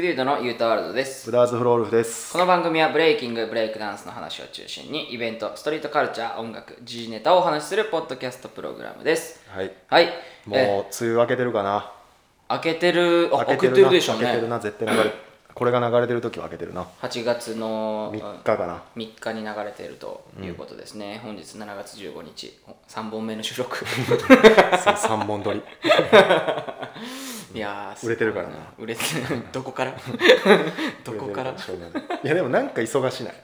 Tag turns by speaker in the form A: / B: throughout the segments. A: ルドのユータワールドです
B: ブラーズフロールフです
A: この番組はブレイキングブレイクダンスの話を中心にイベントストリートカルチャー音楽時事ネタをお話しするポッドキャストプログラムです
B: はい
A: はい
B: もう
A: え
B: 梅雨明けてるかな
A: 開けてるあ開けて
B: な
A: るでしょう
B: 明けてる
A: ね
B: な絶対流れこれが流れてる時は開けてるな
A: 8月の
B: 3日かな
A: 3日に流れているということですね、本日7月15日3本目の 収録
B: 3本撮り
A: いやー
B: 売れてるからな
A: 売れて どこからどこから
B: しょうがないいやでもなんか忙しない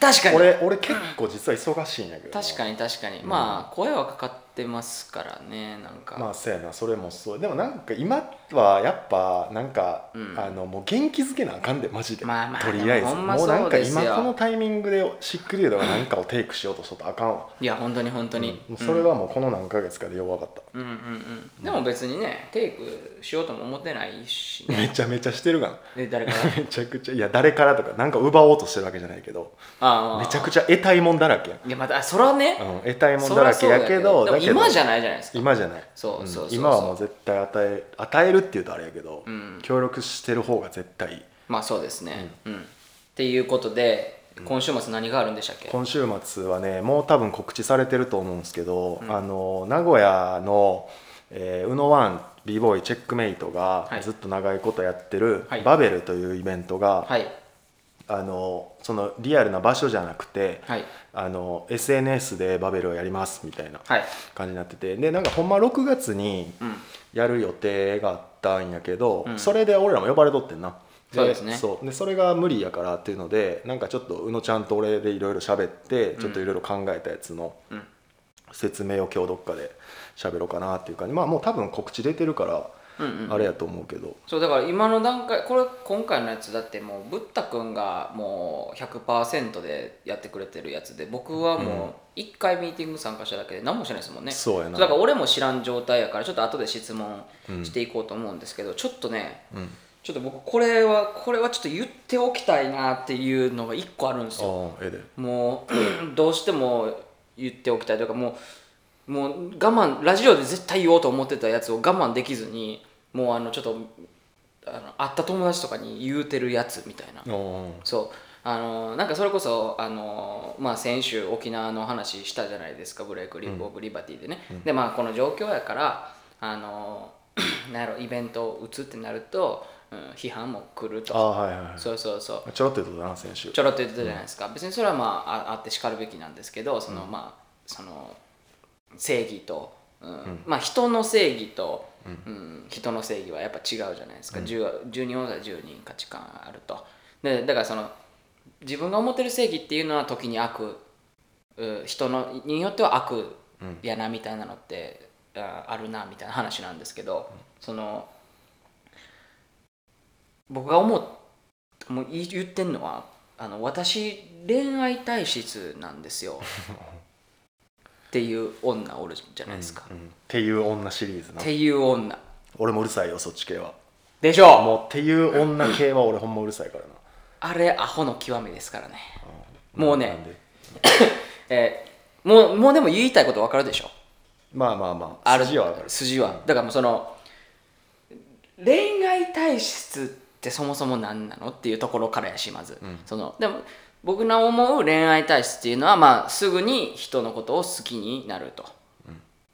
A: 確かに
B: 俺俺結構実は忙しいんやけどな
A: 確かに確かに、まあ声はかかってますからねなんか、
B: まあそうやなそれもそうでもなんか今はやっぱなんか、
A: うん
B: あのもう元気づけなあかんでマジで、
A: まあまあ
B: とりあえず
A: ほんま
B: もうなん
A: そう
B: か
A: ですよ
B: 今このタイミングでしっくりでなんかをテイクしようとしとったらあかんわ
A: いや本当に本当に、
B: うんもうそれはもうこの何ヶ月かでよう分かった、
A: うんうんうんうんでも別にねテイクしようとも思ってないしね
B: めちゃめちゃしてるがな
A: で誰かが
B: めちゃくちゃいや誰からとかなんか奪おうとしてるわけじゃないけど
A: ああ
B: めちゃく
A: ち
B: ちゃ得体もんだらけやん、
A: ゃいやまたあそれはね、
B: うん、得体もん
A: そ
B: だ
A: ら
B: らけ
A: そうだ
B: やけど
A: でも
B: だけど
A: 今じゃないじゃないですか
B: 今じゃない
A: そうそうそうそうん
B: 今はもう絶対与え与えるっていうとあれやけど、
A: うん
B: 協力してる方が絶対いい
A: まあそうですね、うんっていうことで今週末何があるんでしたっけ、
B: 今週末はねもう多分告知されてると思うんですけど、
A: うん
B: あの名古屋の、えー、宇野ワン b ボーイチェックメイトが
A: はい
B: ずっと長いことやってる、
A: はい
B: バベルというイベントが、
A: はい
B: あのそのリアルな場所じゃなくて、
A: はい
B: あの SNS でバベルをやりますみたいな
A: はい
B: 感じになっててでなんかほんま6月に
A: うん
B: やる予定があったんやけど、
A: うん
B: それで俺らも呼ばれとってんな
A: そうですね
B: そうでそれが無理やからっていうのでなんかちょっと宇野ちゃんと俺でいろいろ喋ってちょっといろいろ考えたやつの
A: うん
B: 説明を今日どっかで喋ろうかなっていう感じまあもう多分告知出てるから
A: うんうん
B: あれやと思うけど、
A: そうだから今の段階これ今回のやつだってもうブッダ君がもう100%でやってくれてるやつで僕はもう1回ミーティング参加しただけで何もしてないですもんね
B: そうやな
A: だから俺も知らん状態やからちょっと後で質問していこうと思うんですけど、ちょっとね
B: うん、
A: ちょっと僕これはこれはちょっと言っておきたいなっていうのが1個あるんですよ
B: ああええで
A: もうどうしても言っておきたいというかもうもう我慢ラジオで絶対言おうと思ってたやつを我慢できずにもうあのちょっとあの会った友達とかに言うてるやつみたいな
B: お
A: そうあのなんかそれこそあの、まあ、先週沖縄の話したじゃないですかブレイク・リーブ・オブ・リバティでね、でまあこの状況やからあの なんやろイベントを打つってなると、うん、批判も来る
B: あ
A: と
B: あはいはいはい
A: そうそうそう
B: ちょろっと言うとったな先週
A: ちょろっと言ってたじゃないですか、別にそれはまあああってしかるべきなんですけどその、まあその正義と、うんまあ人の正義と、うん人の正義はやっぱ違うじゃないですか、十十12本は10人価値観あるとでだからその自分が思ってる正義っていうのは時に悪う人のによっては悪やなみたいなのって、ああるなみたいな話なんですけど、その僕が思っもう言い言ってんのはあの私恋愛体質なんで すよっていう女おるじゃないですか、
B: うんっていう女シリーズな
A: っていう女
B: 俺もうるさいよそっち系は
A: でしょう
B: もうっていう女系は俺ほんまうるさいからな
A: あれアホの極みですからね、もうね
B: なんで
A: えーもうもうでも言いたいこと分かるでしょ
B: まあまあまあ
A: ある
B: 筋はわかる
A: 筋はだからもうその恋愛体質ってそもそも何なのっていうところからやしまず、そのでも僕の思う恋愛体質っていうのは、まあ、すぐに人のことを好きになると、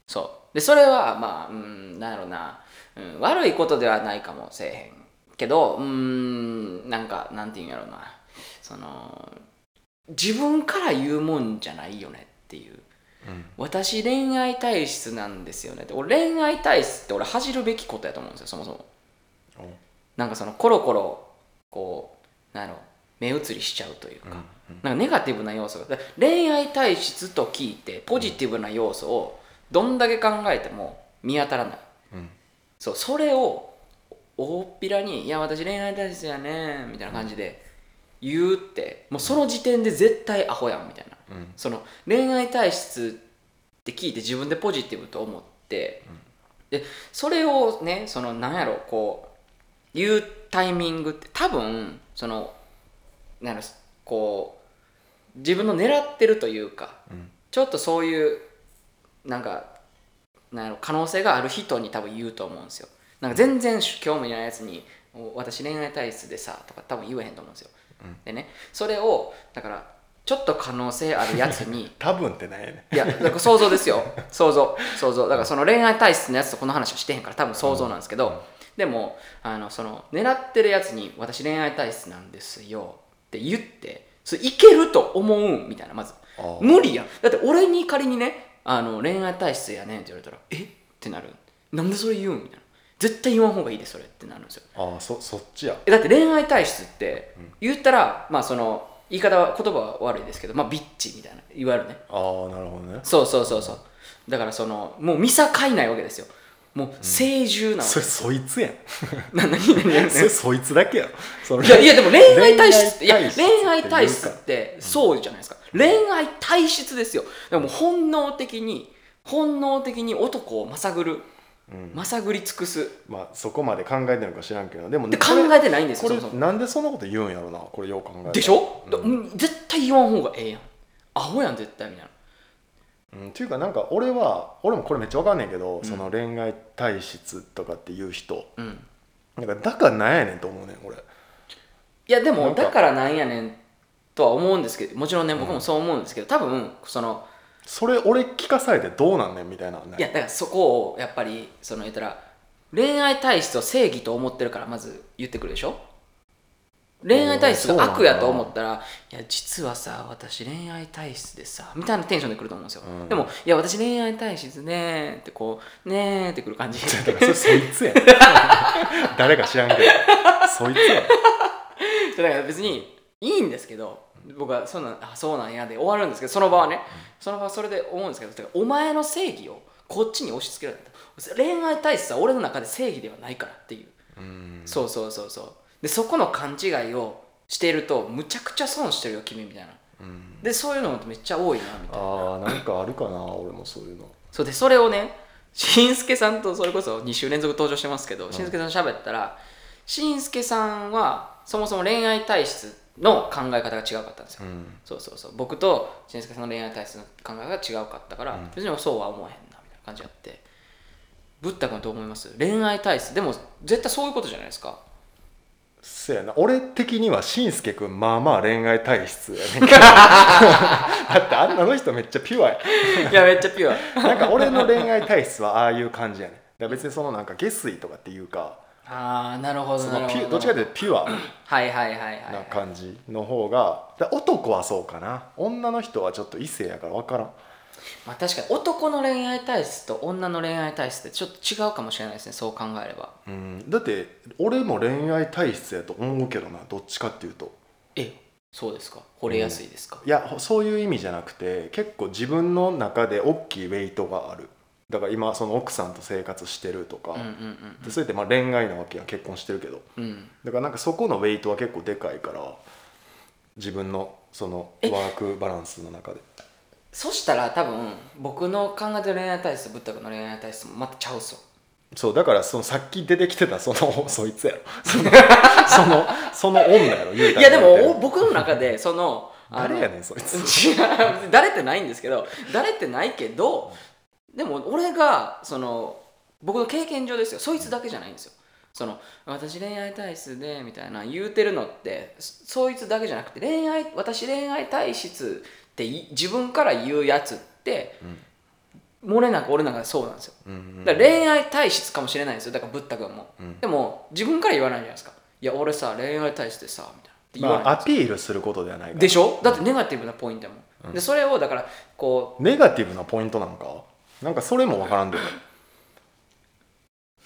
A: そうでそれはまあうんなんやろうな、うん、悪いことではないかもせえへんけどうんなんかなんていうんやろうなその自分から言うもんじゃないよねっていう私恋愛体質なんですよねって俺恋愛体質って俺恥じるべきことやと思うんですよそもそもなんかそのコロコロこうなんやろ目移りしちゃうというか、なんかネガティブな要素がだから恋愛体質と聞いてポジティブな要素をどんだけ考えても見当たらない、
B: うん
A: そうそれを大っぴらに「いや私恋愛体質やねん」みたいな感じで言うってもうその時点で絶対アホやんみたいな、
B: うん
A: その恋愛体質って聞いて自分でポジティブと思って、でそれをねそのなんやろこう言うタイミングって多分そのなんやろこう自分の狙ってるというか、
B: うん
A: ちょっとそういうなんかなんやろ可能性がある人に多分言うと思うんですよなんか全然興味ないやつにお私恋愛体質でさとか多分言えへんと思うんですよ、でねそれをだからちょっと可能性あるやつに
B: 多分ってなんやね
A: いやだから想像です よ想像想像だからその恋愛体質のやつとこの話はしてへんから多分想像なんですけど、でもあのその狙ってるやつに「私恋愛体質なんですよ」って言ってそれいけると思うんみたいなまず
B: あー
A: 無理やんだって俺に仮にねあの恋愛体質やねんって言われたら「えっ?」てなるなんでそれ言うんみたいな絶対言わん方がいいでそれってなるんですよ
B: ああそそっちや
A: えだって恋愛体質って言ったら、まあその言い方は言葉は悪いですけどまあビッチみたいないわゆるね
B: ああなるほどね
A: そうそうそうそうだからそのもう見境ないわけですよもう清獣なわけ
B: それそいつやん
A: な何何何
B: それそいつだけやろその
A: いやいやでも恋愛体質っていや恋
B: 恋
A: 愛
B: 愛
A: 体
B: 体
A: 質
B: 質
A: っ
B: って
A: てそうじゃないですか恋愛体質ですよでも本能的に本能的に男をまさぐる
B: うん
A: まさぐり尽くす
B: まあそこまで考えてるのか知らんけどでもね
A: で考
B: これ
A: えてないんですよ
B: こ
A: そ
B: れ
A: もそも
B: なんでそんなこと言うんやろなこれよう考えたら
A: でしょ
B: うん
A: うん絶対言わん方がええやんアホやん絶対みたいな
B: うん、っていうかなんか俺は俺もこれめっちゃわかんねんけど、その恋愛体質とかっていう人
A: うん
B: なんかだからなんやねんと思うねん俺
A: いやで
B: な
A: も
B: んか
A: だからなんやねんとは思うんですけどもちろんね僕もそう思うんですけど多分その
B: それ俺聞かされてどうなんねんみたいなね
A: いやだからそこをやっぱりその言ったら恋愛体質を正義と思ってるからまず言ってくるでしょ恋愛体質が悪やと思ったら「いや実はさ私恋愛体質でさ」みたいなテンションで来ると思うんですよ、
B: うん
A: でも「いや私恋愛体質ね」ってこう「ね」ってくる感じ
B: だからそれそいつやん誰か知らんけどそいつやん
A: だから別にいいんですけど僕はそんなんあそうなんやで終わるんですけどその場はねその場はそれで思うんですけどてかお前の正義をこっちに押し付けられた恋愛体質は俺の中で正義ではないからっていう
B: うん
A: そうそうそうそうでそこの勘違いをしているとむちゃくちゃ損してるよ君みたいな
B: うん
A: でそういうのめっちゃ多いなみたいな
B: ああなんかあるかな俺もそういうの
A: そうでそれをねしんすけさんとそれこそ2週連続登場してますけど、しんすけさんと喋ったらしんすけさんはそもそも恋愛体質の考え方が違うかったんですよ、
B: うん
A: そうそうそう僕としんすけさんの恋愛体質の考えが違うかったから、別にそうは思えへんなみたいな感じあってブッダ君はどう思います恋愛体質でも絶対そういうことじゃないです か
B: せやな俺的にはしんすけくんまあまあ恋愛体質や ねんけどだってあんなの人めっちゃピュアや
A: いやめっちゃピュア
B: なんか俺の恋愛体質はああいう感じやねんだから別にそのなんか下水とかっていうか
A: ああなるほど
B: そ
A: なる
B: の
A: ほ
B: ピ
A: ど
B: ュどっちかというとピュア
A: はいはいはいはい
B: な感じの方がだから男はそうかな女の人はちょっと異性やから分からん
A: まあ、確かに男の恋愛体質と女の恋愛体質ってちょっと違うかもしれないですねそう考えれば
B: うんだって俺も恋愛体質やと思うけどなどっちかっていうと
A: えそうですか惚れやすいですか、
B: いやほそういう意味じゃなくて結構自分の中で大きいウェイトがあるだから今その奥さんと生活してるとか、
A: うん、うん
B: でそれってまあ恋愛なわけやん結婚してるけど
A: うんうんうん
B: だからなんかそこのウェイトは結構でかいから自分のその
A: え
B: ワークバランスの中で
A: そしたら多分僕の考えてる恋愛体質とブッダ君の恋愛体質もまたちゃうぞ
B: そうだからそのさっき出てきてたそのそいつや ろそのそのその女やろ言う
A: い
B: たら
A: やでもお僕の中でそのあの
B: 誰やねんそいつ
A: 違う誰ってないんですけど誰ってないけどでも俺がその僕の経験上ですよそいつだけじゃないんですよその私恋愛体質でみたいな言うてるのってそそいつだけじゃなくて恋愛私恋愛体質ってい自分から言うやつって、漏れなく俺なんかそうなんですよ
B: うんうん
A: だから恋愛体質かもしれないんですよだからブッダ君も、
B: うん
A: でも自分から言わないじゃないですかいや俺さ恋愛体質でさみたいなって言
B: ま
A: わない、
B: あアピールすることではないから
A: でしょだってネガティブなポイントやもん、でそれをだからこ
B: ネガティブなポイントなんかなんかそれも分からんで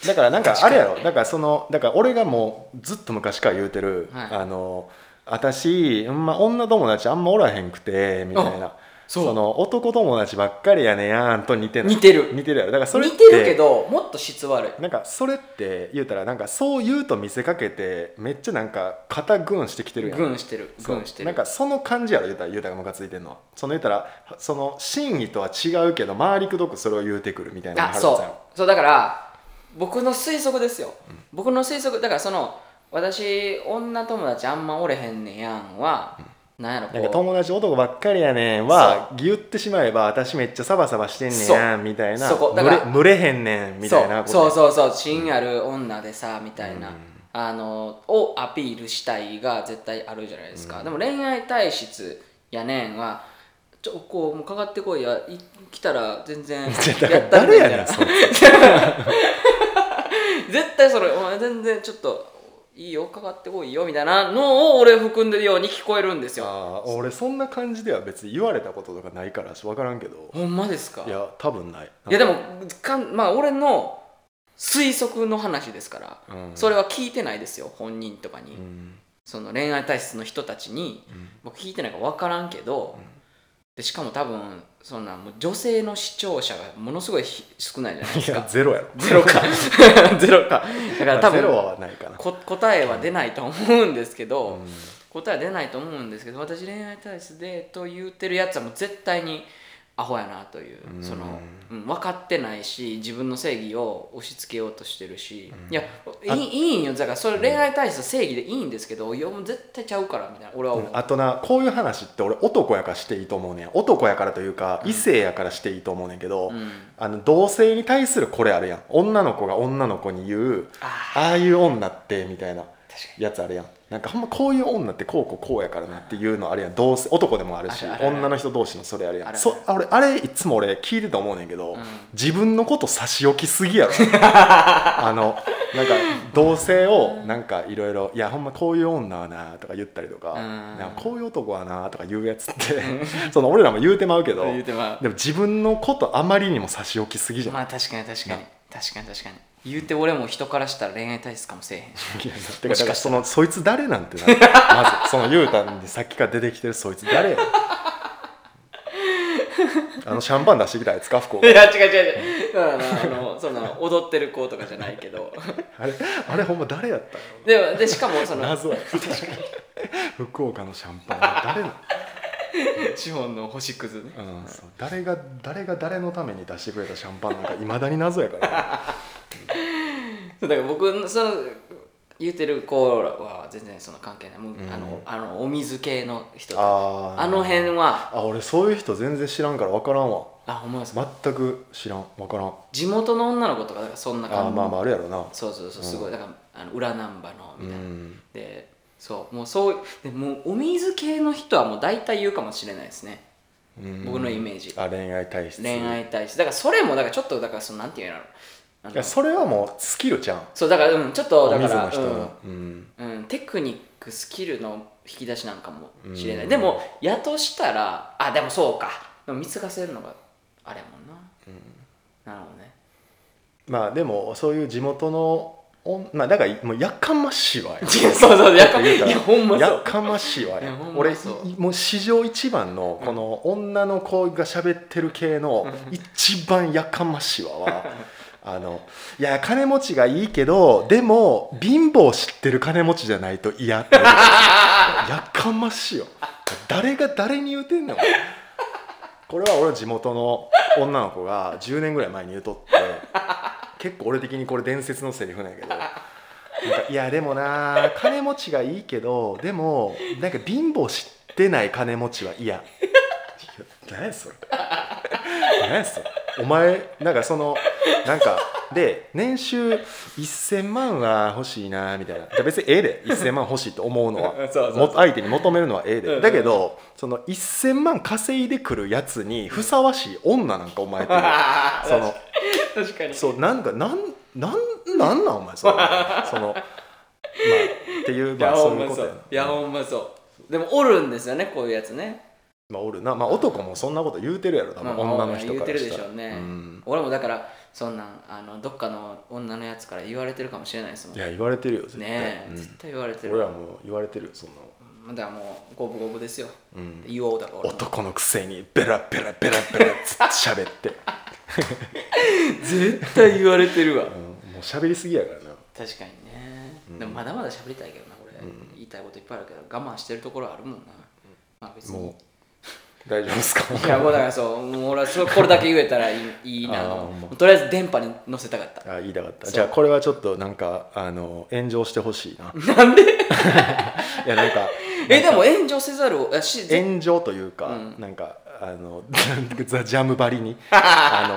B: だからなんかあれやろだからそのだから俺がもうずっと昔から言うてる、
A: はい
B: あの私、ほんま女友達あんまおらへんくてみたいな
A: そう
B: の男友達ばっかりやねやんと似て
A: う
B: ない
A: 似てる
B: 似てるやろだからそれっ
A: 似
B: て
A: てるけどもっと質悪い
B: なんかそれって言うたらなんかそう言うと見せかけてめっちゃなんか肩グーンしてきてるやん
A: グンしてる
B: そ
A: グ
B: う
A: ンしてる
B: なんかその感じやろ言うたら言うたらムカついてんのはその言うたらその真意とは違うけど回りくどくそれを言うてくるみたいな
A: あそうそうだから僕の推測ですよ、僕の推測だからその私女友達あんまおれへんねやんは、なんやろ
B: なんか
A: こ
B: 友達男ばっかりやねんは言ってしまえば私めっちゃサバサバしてんねんやんみたいな
A: そこだから
B: 群れ群れへんねん
A: う
B: みたいなこと
A: そう
B: う
A: そうそうそう芯ある女でさみたいな、
B: うん
A: あのをアピールしたいが絶対あるじゃないですか、でも恋愛体質やねんはちょこうもうかかってこいやい来たら全然や
B: 絶対誰やねん
A: みたい
B: それ
A: な絶対それお前全然ちょっといいよかかってこいよみたいなのを俺含んでるように聞こえるんですよ
B: あー俺そんな感じでは別に言われたこととかないから分からんけど
A: ほんまですか
B: いや多分ない
A: いやでもかん、まあ、俺の推測の話ですから、
B: うん
A: それは聞いてないですよ本人とかに、
B: うん
A: その恋愛体質の人たちに、
B: ん
A: 僕聞いてないから分からんけど、でしかも多分そんなもう女性の視聴者がものすごいひ少ないじゃないで
B: い
A: す
B: や
A: か
B: ゼロやろ
A: ゼロか ゼロかだから多
B: ゼロ
A: 分
B: はないかな
A: こ答えは出ないと思うんですけど、
B: うん
A: 答えは出ないと思うんですけど私恋愛体質でと言ってるやつはもう絶対にアホやなという、
B: うん
A: その、うん、分かってないし自分の正義を押し付けようとしてるし、いやい
B: あ
A: いいいんよだからそれ恋愛体質は正義でいいんですけど、いやもう絶対ちゃうからみたいな俺は思う、
B: あとなこういう話って俺男やからしていいと思うねん男やからというか異性やからしていいと思うねんけど、
A: うん
B: あの同性に対するこれあるやん女の子が女の子に言う
A: あ
B: ああいう女ってみたいな
A: 確か
B: やつあるやんなんかほんまこういう女ってこうこうこうやからなっていうのあるやん同性男でもあるし
A: あるあるある
B: 女の人同士のそれあるやん
A: あるある
B: そあ俺あれいつも俺聞いてて思うねんけど、
A: うん
B: 自分のこと差し置きすぎやろ あのなんか同性をなんかいろいろ「いやほんまこういう女はな」とか言ったりとか
A: うん
B: なんかこういう男はな」とか言うやつってその俺らも言うてまうけど
A: 言うてまう
B: でも自分のことあまりにも差し置きすぎじゃない
A: まあ確かに確かに確かに確かに言うて俺も人からしたら恋愛体質かもせえへんし
B: いやてか
A: もし
B: だ
A: かしたら
B: からそのそいつ誰なんてなまずその雄太にさっきから出てきてるそいつ誰やねんあのシャンパン出してきたやつか福 岡
A: いや違う違う違うだからあのそんな踊ってる子とかじゃないけど
B: あれあれほんま誰やったんやろ
A: でもでしかもその
B: 謎や福岡のシャンパンは誰な
A: 資本の星屑ね
B: の、うん、そう誰が誰が誰のために出してくれたシャンパンなんかいまだに謎やから
A: そうだから僕その言うてる子らは全然その関係ないもう、
B: うん
A: あのあのお水系の人あ
B: あー
A: の辺は
B: あ俺そういう人全然知らんから分からんわ
A: あほんまですか
B: 全く知らん分からん
A: 地元の女の子とかだからそんな感
B: あ
A: じ
B: ーまあまああるやろな
A: そうそうそう
B: うん
A: すごいだからあの裏難波の
B: う
A: みたいな、
B: ん
A: でそうもうそうでもうお水系の人はもう大体言うかもしれないですね
B: うん
A: 僕のイメージ
B: あ恋愛体質
A: 恋愛対してだからそれもだからちょっとだからそのなんていうのあ
B: い
A: の
B: やそれはもうスキルじゃん
A: そうだからうんちょっと
B: お
A: だか
B: 水
A: ら
B: の人の、うん
A: うん、テクニックスキルの引き出しなんかもしれない、
B: うん
A: でもやとしたらあでもそうかでも見つかせるのがあれやもんな、なるほどね
B: まあでもそういう地元のおんまあだからもうやかましい わよ
A: そうそうやか
B: 言うたら
A: いやほんまそ
B: や
A: う
B: かましいわよ
A: いやほんま
B: 俺い
A: そう
B: もう史上一番のこの女の子が喋ってる系の一番やかましいわ はあのいや金持ちがいいけどでも貧乏知ってる金持ちじゃないと嫌っていうやかましいよ誰が誰に言うてんのこれは俺の地元の女の子が10年ぐらい前に言うとって結構俺的にこれ伝説のセリフなんやけどなんかいやでもな金持ちがいいけどでもなんか貧乏知ってない金持ちは嫌いや何やそれ何やそれお前なんかそのなんかで年収1000万は欲しいなみたいなじゃ別にええで1000万欲しいと思うのは
A: うんそうそうそう
B: も相手に求めるのはええ
A: うんう
B: で
A: ん
B: だけどその1000万稼いでくるやつにふさわしい女なんかお前って その
A: 確か に
B: そうなんかなんなんなんなんお前そ れそのまあっていう
A: い
B: ま
A: や
B: あ
A: ほ
B: そうんいう
A: ま
B: こ
A: そ
B: とや
A: ういや
B: な
A: ほんまそうでもおるんですよねこういうやつね
B: まあおるなまあ男もそんなこと言うてるやろ多分
A: まあ
B: 女の人
A: 言
B: か
A: うて
B: ら
A: るで
B: し
A: した
B: ら
A: ょうね、
B: うん
A: 俺もだからそんなんあのどっかの女のやつから言われてるかもしれないですもん
B: い
A: ね
B: や言われてるよ絶対
A: え、
B: うん
A: 絶対言われてる
B: 俺はもう言われてるよそんなの
A: まだもう五分五分ですよ、
B: うん
A: 言おうだろ俺も
B: 男のくせにベラベラベラベラずっと喋って、
A: 絶対言われてるわ
B: うん、もう喋りすぎやからな
A: 確かにね、でもまだまだ喋りたいけどな俺、言いたいこといっぱいあるけど我慢してるところはあるもんな、まあ別に
B: もう大丈夫ですか
A: いやもうだからそうもう俺はそれこれだけ言えたらいいいいな
B: あー
A: と
B: ほんま
A: とりあえず電波に乗せたかった
B: あ言いたかったじゃあこれはちょっとなんかあの炎上してほ しいな
A: なんで
B: いやなんか
A: えでも炎上せざるをあし
B: 炎上というか、
A: うん
B: なんかあの ザ・ジャムばり にあ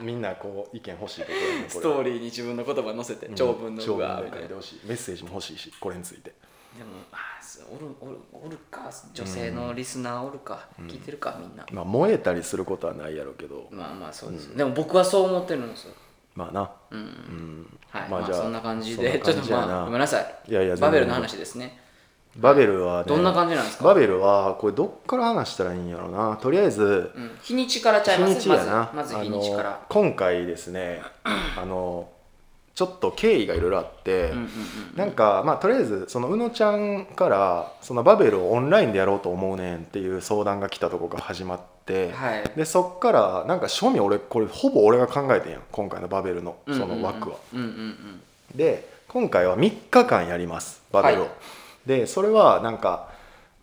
B: のみんなこう意見欲しいところに
A: ストーリーに自分の言葉載せて
B: うん
A: 長文の
B: 長
A: う
B: 文
A: わーみ
B: で
A: た
B: 書
A: い
B: い
A: な
B: てほしいメッセージも欲しいしこれについて
A: でもあーそうおるおるおるか女性のリスナーおるか、聞いてるかみんな、
B: まあ燃えたりすることはないやろうけど
A: まあまあそうです、でも僕はそう思ってるんですよ
B: まあな
A: うん、
B: うん
A: はい
B: ま
A: ま
B: あ
A: あ
B: じゃあ
A: そんな感じ
B: そんな
A: でちょ
B: 感
A: っと
B: じやな
A: まあごめんなさい
B: いやいや全然
A: バベルの話ですね
B: バベルはね
A: どんな感じなんですか
B: バベルはこれどっから話したらいいんやろうなとりあえず
A: うん、日にちからちゃい
B: 日
A: ます
B: にちやな、
A: まずまず日にちか
B: あの
A: ら
B: 今回です ねあのちょっと経緯がいろいろあって、
A: うんうん
B: なんかまあとりあえずそのうのちゃんからそのバベルをオンラインでやろうと思うねんっていう相談が来たとこが始まって、
A: うんはい
B: でそっからなんか庶民俺これほぼ俺が考えてんやん今回のバベルのその枠は、
A: うんうんうん
B: で今回は3日間やりますバベルを、
A: はい
B: でそれはなんか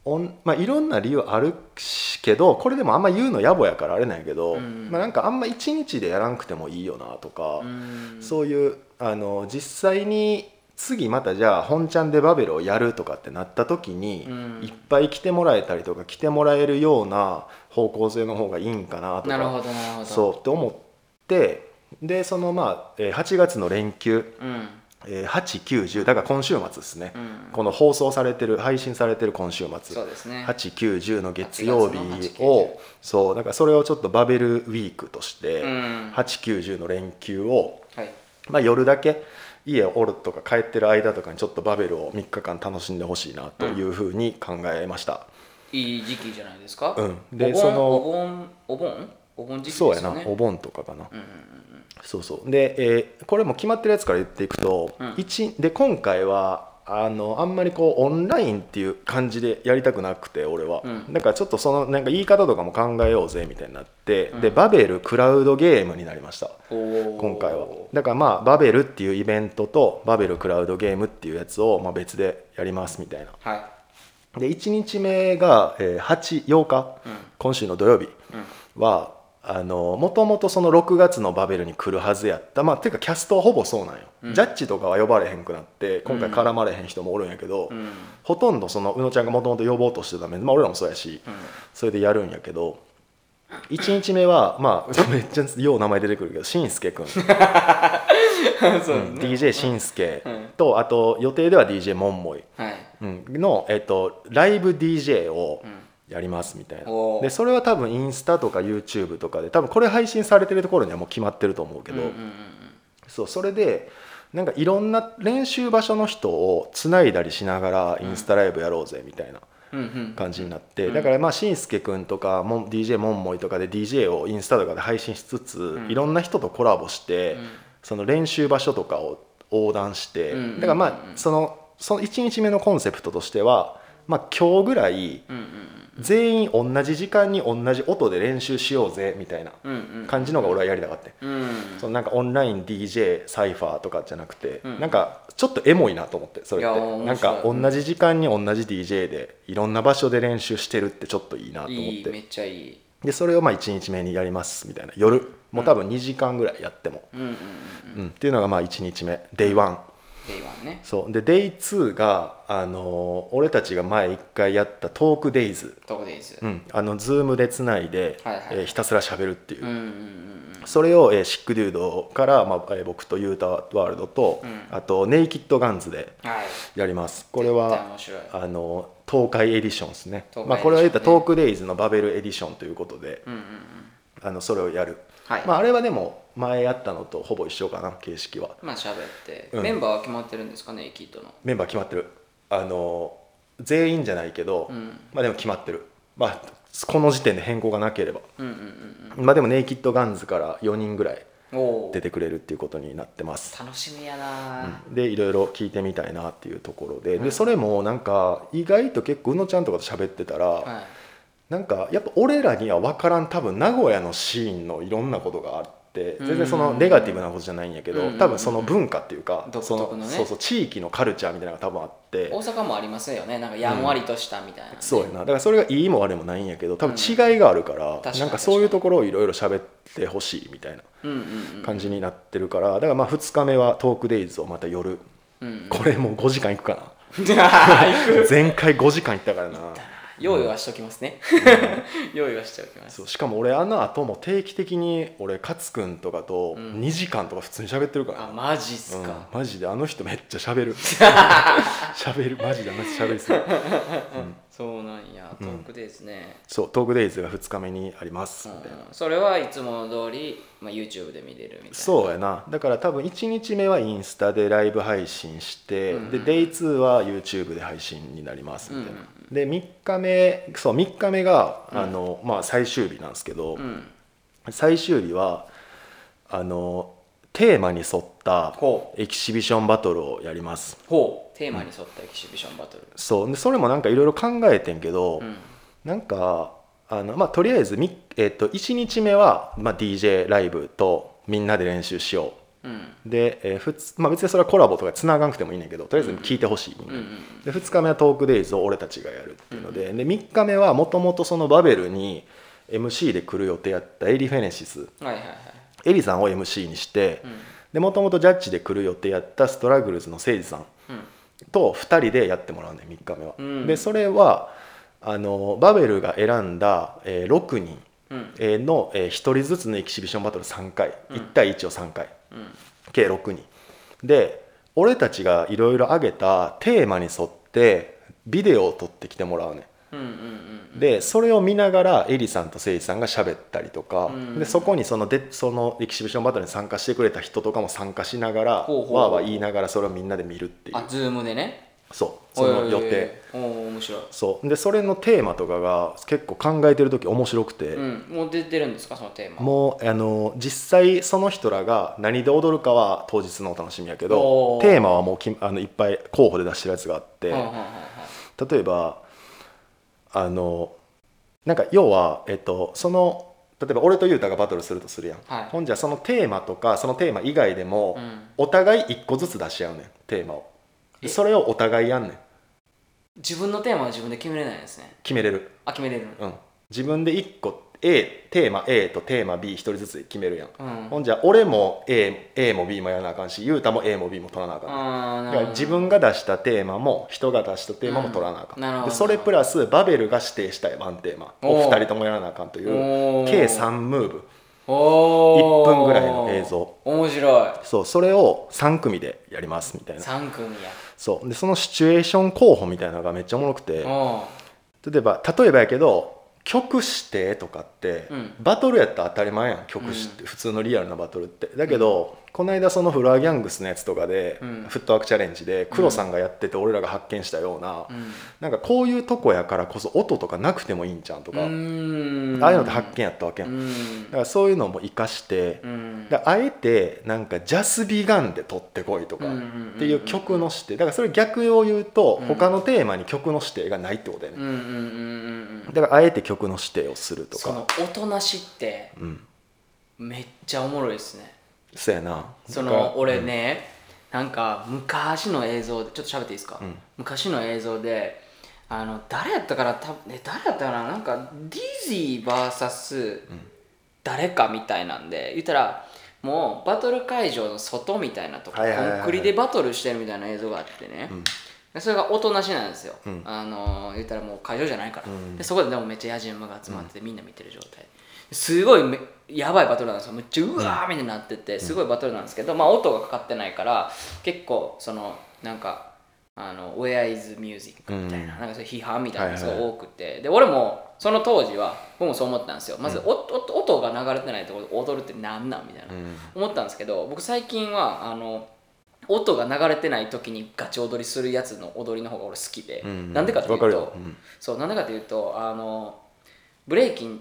B: オンまあ、いろんな理由あるしけどこれでもあんま言うの野暮やからあれなんやけど、
A: うん
B: まあ、なんかあんま1日でやらんくてもいいよなとか、
A: うん
B: そういうあの実際に次またじゃあ本ちゃんでバベルをやるとかってなった時に、
A: うん
B: いっぱい来てもらえたりとか来てもらえるような方向性の方がいいんかなと
A: なるほ
B: か
A: どなるほど
B: そうって思ってでそのまあえー8月の連休
A: うん
B: えー8、9、10だから今週末ですね、
A: うん
B: この放送されてる配信されてる今週末、
A: そうですね
B: 8、9、10の月曜日
A: 8月の8 9
B: をそうだからそれをちょっとバベルウィークとして、
A: うん
B: 8、9、10の連休を、
A: はい
B: まあ、夜だけ家おるとか帰ってる間とかにちょっとバベルを3日間楽しんでほしいなというふうに考えました、
A: いい時期じゃないですか。
B: うんで
A: お盆
B: その
A: お盆お盆お盆時期
B: そう
A: で
B: や
A: す
B: な
A: よね。
B: お盆とかかな、
A: うんうん
B: そうそうで、えーこれも決まってるやつから言っていくと、
A: うん
B: 一で今回はあのあんまりこうオンラインっていう感じでやりたくなくて俺は、
A: うん
B: だからちょっとそのなんか言い方とかも考えようぜみたいになって、で
A: うん
B: バベルクラウドゲームになりました
A: うんおー
B: 今回はだからまあバベルっていうイベントとバベルクラウドゲームっていうやつをまあ別でやりますみたいな
A: はい。
B: で1日目が、えー8 8日
A: うん
B: 今週の土曜日
A: う
B: はあのもともとその6月のバベルに来るはずやったまあていうかキャストはほぼそうなんよ、
A: うん
B: ジャッジとかは呼ばれへんくなって今回絡まれへん人もおるんやけど、
A: んうん
B: ほとんどその宇野ちゃんがもともと呼ぼうとしてた面、まあ、俺らもそうやしそれでやるんやけど1日目はまあ めっちゃよう名前出てくるけどしんすけくん、
A: うん。 そうですね。
B: DJ しんすけ
A: うん
B: とあと予定では DJ もんもい、
A: はい。
B: うん、の、えっと、ライブ DJ を
A: うん
B: やりますみたいな、
A: おー
B: でそれは多分インスタとか YouTube とかで多分これ配信されてるところにはもう決まってると思うけど、
A: うんうんうん
B: そうそれでなんかいろんな練習場所の人をつないだりしながらインスタライブやろうぜみたいな
A: うんうん
B: 感じになって、
A: うん
B: だからまあしんすけくんとかもん DJ もんもいとかで DJ をインスタとかで配信しつつ、
A: ん
B: いろんな人とコラボして、
A: うん
B: その練習場所とかを横断して、
A: うんうんうんう
B: だ
A: ん
B: からまあそのその1日目のコンセプトとしては、まあ、今日ぐらい
A: うん
B: 全員同じ時間に同じ音で練習しようぜみたいな
A: うんうんうん
B: 感じのが俺はやりたかった、
A: うん
B: そのなんかオンライン DJ サイファーとかじゃなくて、
A: うん
B: なんかちょっとエモいなと思ってそれっ
A: いやー
B: てなん
A: 面白い
B: か同じ時間に同じ DJ でいろんな場所で練習してるってちょっといいなと思って
A: いいめっちゃいい。
B: でそれをまあ1日目にやりますみたいな夜もう多分2時間ぐらいやっても、
A: うんうんうん。
B: うんっていうのがまあ1日目 Day1
A: デイワンね。
B: そうで Day2 が、あのー俺たちが前1回やったトークデイズ
A: どこでいいです。
B: うん、あの Zoom でつないで、
A: はいはい
B: えーひたすら喋るっていう、
A: うんうんうん
B: それを、えーシックデュードから、まあえー僕とユータワールドと、
A: うん
B: あとネイキッドガンズで
A: うん。はい。
B: やりますこれ
A: 絶対
B: は
A: 面白い。
B: あの東海エディションですね
A: 東海エディションね
B: まあ、これは言ったらトークデイズのバベルエディションということで、
A: うんうんうん。
B: あのそれをやる、
A: はい。
B: まあ、あれはでも前やったのとほぼ一緒かな形式は
A: まあ喋って、
B: うん
A: メンバーは決まってるんですかね、エキッドの。
B: メンバー決まってるあの全員じゃないけど、
A: うん
B: まあでも決まってるまあこの時点で変更がなければ
A: うんうんうん
B: まあでもネイキッドガンズから4人ぐらい
A: うん。おお
B: 出。てくれるっていうことになってます
A: 楽しみやな、
B: でいろいろ聞いてみたいなっていうところででそれもなんか意外と結構うのちゃんとかと喋ってたら、
A: はい
B: なんかやっぱ俺らには分からん多分名古屋のシーンのいろんなことがあって全然そのネガティブなことじゃないんやけ
A: うんうん
B: ど
A: うん
B: 多分その文化っていうか
A: 独
B: そ
A: 特の
B: の
A: ね
B: そうそう地域のカルチャーみたいなのが多分あって
A: 大阪もありますよねなんかやんわりとしたみたいなね、
B: そうやなだからそれがいいも悪いもないんやけど多分
A: うん
B: 違いがあるから
A: 確かに
B: なんかそういうところをいろいろ喋ってほしいみたいな
A: うんうん
B: 感じになってるからだからまあ2日目はトークデイズをまた夜
A: うんうん
B: これもう5時間いくかな
A: 行く
B: 前回5時間いったからな
A: 用意はしておきますね、 用意はしておきます
B: そうしかも俺あの後も定期的に俺勝君とかと
A: うん
B: 2時間とか普通に喋ってるから、
A: あマジっす
B: うん
A: か、
B: マジであの人めっちゃ喋 る喋るマジであの人喋りすぎ
A: そうなんや
B: う
A: ト
B: ん
A: ークデイズね、
B: そうトークデイズが2日目にありますみたいな
A: うんそれはいつも通り、まあ、YouTube で見れるみたいな
B: そうやなだから多分1日目はインスタでライブ配信して、
A: うん
B: で Day2 は YouTube で配信になりますみたいな、
A: うん
B: で3日目そう3日目が、
A: うん
B: あのまあ、最終日なんですけど、
A: うん
B: 最終日はあのテーマに沿った
A: ほ
B: エキシビションバトルをやります
A: うほうテーマに沿ったエキシビションバトル
B: そうでそれもなんかいろいろ考えてんけど、
A: うん
B: なんかあの、まあ、とりあえずみ、えっと1日目は、まあ、DJ ライブとみんなで練習しよう
A: うん
B: で、えーふつまあ、別にそれはコラボとか繋がなくてもいいねんけどとりあえず聞いてほしい、
A: うんうん
B: で2日目はトークデイズを俺たちがやるっていうので,、で3日目はもともとそのバベルに MC で来る予定やったエリ・フェネシス
A: はいはいはい
B: エリさんを MC にして
A: うん
B: もともとジャッジで来る予定やったストラグルズの誠司さんと2人でやってもらうねん3日目は、
A: うん
B: でそれはあのバベルが選んだ、えー6人
A: うんうん
B: えーの、え1人ずつのエキシビションバトル3回
A: うん
B: 1対1を3回
A: うん
B: 計6人で俺たちがいろいろ挙げたテーマに沿ってビデオを撮ってきてもらうね
A: うんうんうんうん
B: んでそれを見ながらエリさんと誠司さんが喋ったりとか、
A: うん
B: でそこにそのでそのエキシビションバトルに参加してくれた人とかも参加しながら
A: ほうほう
B: わーわー言いながらそれをみんなで見るっていう
A: あズームでね
B: そうその予定、
A: おいおいおいおー面白い
B: そうでそれのテーマとかが結構考えてる時面白くて、
A: うんもう出てるんですかそのテーマ
B: もうあの実際その人らが何で踊るかは当日のお楽しみやけど
A: おー
B: テーマはもうきあのいっぱい候補で出してるやつがあって、
A: うんうんうんうん
B: 例えばあのなんか要は、えっと、その例えば俺と雄太がバトルするとするやん、
A: はい
B: ほんじゃそのテーマとかそのテーマ以外でも、
A: うん
B: お互い1個ずつ出し合うねんテーマをで
A: え
B: それをお互いやんねん
A: 自分のテーマは自分で決めれないんですね
B: 決めれる
A: あ決めれる
B: うん、自分で1個 A テーマ A とテーマ B1 人ずつ決めるやん、
A: うん
B: ほんじゃ俺も A, A も B もやらなあかんし雄太も A も B も取らなあかん、
A: あー
B: だ
A: なる
B: か
A: ほ
B: ら
A: ど
B: 自分が出したテーマも人が出したテーマも取らなあか
A: うんなる
B: ん、
A: ほ
B: で
A: ど
B: それプラスバベルが指定したいワンテーマを
A: おー
B: 2人ともやらなあかんという
A: おー
B: 計3ムーブ
A: おー
B: 1分ぐらいの映像
A: 面白い
B: そうそれを3組でやりますみたいな
A: 3組や
B: そうでそのシチュエーション候補みたいなのがめっちゃおもろくて、
A: お
B: 例えば例えばやけど曲指定とかって、
A: うん
B: バトルやったら当たり前やん曲指定、普通のリアルなバトルってだけど、この間そのフロアギャングスのやつとかで、
A: うん
B: フットワークチャレンジで黒さんがやってて俺らが発見したような、
A: ううん
B: なんかこういうとこやからこそ音とかなくてもいいんじゃんと
A: う
B: か、
A: ーん
B: ああいうのって発見やったわけやん、
A: う
B: だ
A: ん
B: からそういうのも活かして、
A: うん
B: だからあえてなんかジャスビガンで取ってこいとか
A: うんうんうんうん
B: っていう曲の指定だからそれ逆を言うと
A: うん
B: 他のテーマに曲の指定がないってことやね、
A: うんうんうんうんうん
B: だからあえて曲の指定をすると
A: そ
B: か
A: の音なしって
B: うん
A: めっちゃおもろいですね
B: そうやな
A: そ
B: だから
A: の俺ね、なんか昔の映像でちょっと喋っていいですか、
B: うん
A: 昔の映像であの誰やったからたえ誰やったかななんかディズィー VS 誰かみたいなんで言ったらもうバトル会場の外みたいなとこ、
B: はいはいはいはい
A: コンクリでバトルしてるみたいな映像があってね、でそれが音なしなんですよ、
B: うん
A: あの言ったらもう会場じゃないから、
B: うん
A: でそこででもめっちゃ野人馬が集まっててみんな見てる状態すごいめやばいバトルなんですよめっちゃうわーみたいになっててすごいバトルなんですけど、まあ、音がかかってないから結構そのなんかあの「Where is music」みたいな,、
B: うん
A: なんかそういう批判みたいなのがすごい
B: はいはい
A: 多くて、で俺もその当時は僕もそう思ってたんですよまずお、お音が流れてないところで踊るってなんなんみたいな、
B: うん
A: 思ったんですけど僕最近はあの音が流れてない時にガチ踊りするやつの踊りの方が俺好きで、
B: うん
A: なんでかという
B: わかる
A: と
B: よ、うん
A: そうなんでかというとあのブレイキンっ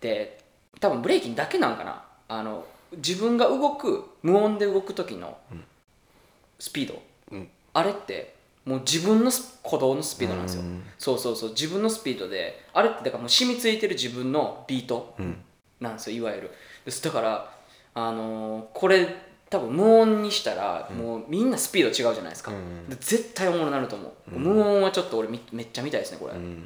A: て多分ブレイキンだけなんかなあの自分が動く無音で動く時のスピード、
B: うん
A: あれってもう自分のス鼓動のスピードなんですよ、
B: うん
A: そうそうそう自分のスピードであれってだからもう染みついてる自分のビート、
B: うん
A: なんですよいわゆるですだから、あのーこれ多分無音にしたら、もうみんなスピード違うじゃないですか、
B: うんうん
A: で絶対おもろになると思う、無音はちょっと俺みめっちゃ見たいですねこれ、
B: う
A: うん
B: ん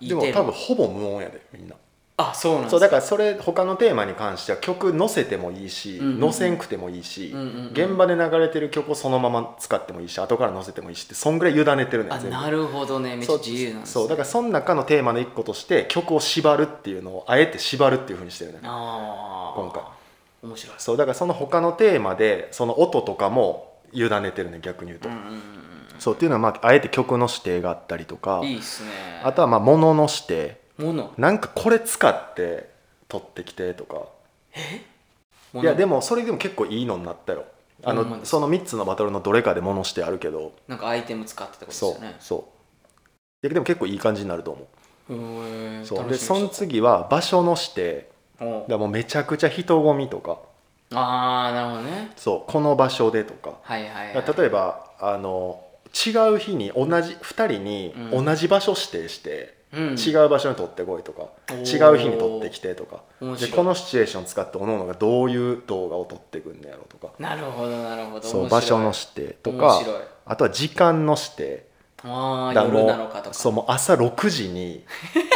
A: いい
B: でも
A: テーマ
B: 多分ほぼ無音やでみんな
A: あそうなんです
B: そうだからそれ他のテーマに関しては曲載せてもいいし、
A: うんうんうん
B: 載せんくてもいいし、
A: うんうんうん
B: 現場で流れてる曲をそのまま使ってもいいし後から載せてもいいしってそんぐらい委ねてるのよ
A: あ
B: 全部
A: なるほどねめっちゃ自由なんです、ね、
B: そうそうだからその中のテーマの一個として曲を縛るっていうのをあえて縛るっていうふうにしてるのよ
A: ああ
B: 今回
A: 面白い
B: そうだからその他のテーマでその音とかも委ねてるね逆に言うと、
A: うんうん
B: そうっていうのは、まあ、あえて曲の指定があったりとか
A: うんいいっすね
B: あとはまあ物の指定
A: もの
B: なんかこれ使って撮ってきてとかいやでもそれでも結構いいのになったよあ
A: ほんまで
B: の
A: す
B: その3つのバトルのどれかで物してあるけど
A: なんかアイテム使ってたことです
B: そう
A: よね
B: そういやでも結構いい感じになると思
A: へー
B: うそう
A: 楽
B: で
A: しみ
B: その
A: にして
B: 次は場所の指定
A: たお
B: だか
A: う
B: らもうめちゃくちゃ人混みとか
A: ああなるほどね
B: そうこの場所でとか
A: はいはい、
B: だ
A: は
B: か
A: い、
B: ら例えばあの違う日に同じ2人に
A: うん
B: 同じ場所指定して、
A: うん、
B: 違う場所に取ってこいとか、
A: おー
B: 違う日に取ってきてとか
A: 面
B: で
A: 白い
B: このシチュエーション使っておののがどういう動画を撮ってくんのやろとか
A: なるほどなるほど
B: そう
A: 面白い
B: 場所の指定と
A: 面
B: か
A: 白い
B: あとは時間の指定
A: ああ
B: だからも
A: 夜
B: う
A: なのかとか
B: そうもう朝6時に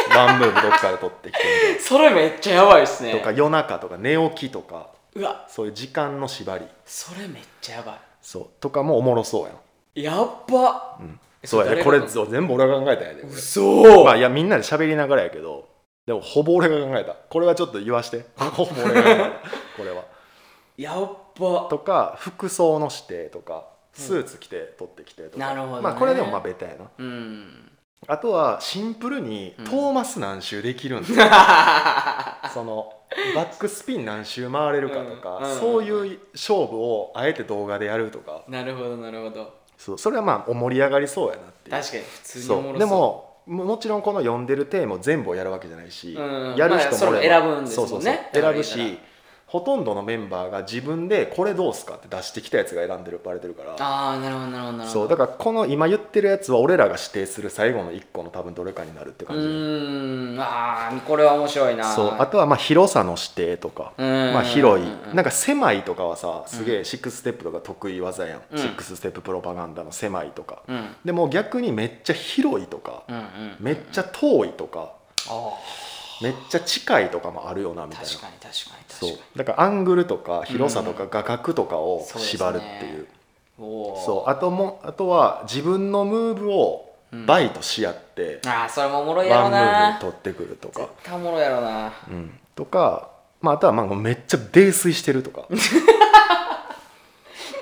B: ワンムーブどっかで撮ってきてみ
A: それめっちゃやばいっす
B: たいな
A: ね
B: とか夜中とか寝起きとか
A: うわ
B: そういう時間の縛り
A: それめっちゃやば
B: そうとかもおもろそうやん、
A: いやっば
B: うん
A: え
B: そうや
A: 誰
B: で
A: が
B: これそう全部俺が考えたんやでこれ
A: うそ
B: まあいやみんなで喋りながらやけどでもほぼ俺が考えたこれはちょっと言わして ほぼ俺が考えたこれは
A: やっば
B: とか服装の指定とかスーツ着て取ってきてとか、
A: なるほどね
B: まあこれでもまあベタやな
A: うん
B: あとはシンプルに
A: うん
B: トーマス何周できるんですよ、 そのバックスピン何周回れるかとか、
A: うんうん
B: そういう勝負をあえて動画でやるとか
A: なるほどなるほど
B: そうそれはまあお盛り上がりそうやなっていう
A: 確かに普通にお
B: そう
A: もろそう
B: でもももちろんこの読んでるテーマを全部をやるわけじゃないし、
A: うん
B: やる人もおれば
A: まあそれも選ぶんです
B: そ
A: もんね
B: うそうそう
A: や
B: 選
A: る
B: ぶ
A: 人なら
B: しほとんどのメンバーが自分でこれどうすかって出してきたやつが選んでるバレてるから
A: ああなるほどなるほどなるほ
B: そ
A: ど
B: うだからこの今言ってるやつは俺らが指定する最後の1個の多分どれかになるって
A: う
B: 感
A: ーんああこれは面白い
B: じ
A: な
B: そうあとはまあ広さの指定とか、
A: うん
B: まあ、広い
A: うん
B: なんか狭いとかはさすげえ6ステップとか得意技やん、
A: うん
B: 6ステッププロパガンダの狭いとか
A: うんうん
B: でも逆にめっちゃ広いとか
A: うんうん
B: めっちゃ遠いとか
A: あ
B: めっちゃ近いとかもあるよなみ
A: あ
B: たいな
A: 確かに確かに確か
B: そ
A: に
B: うだからアングルとか広さとか画角とかを
A: そうですね
B: 縛るっていう,、
A: おー
B: そうあともあとは自分のムーブをバイトし合って、
A: ああそれもおもろいや
B: ワ
A: ろ
B: ンムー
A: な
B: ブ取ってくると
A: 絶
B: か、
A: 対おもろいやろな
B: うん、とか、まあ、あとはまあもうめっちゃ泥酔してると か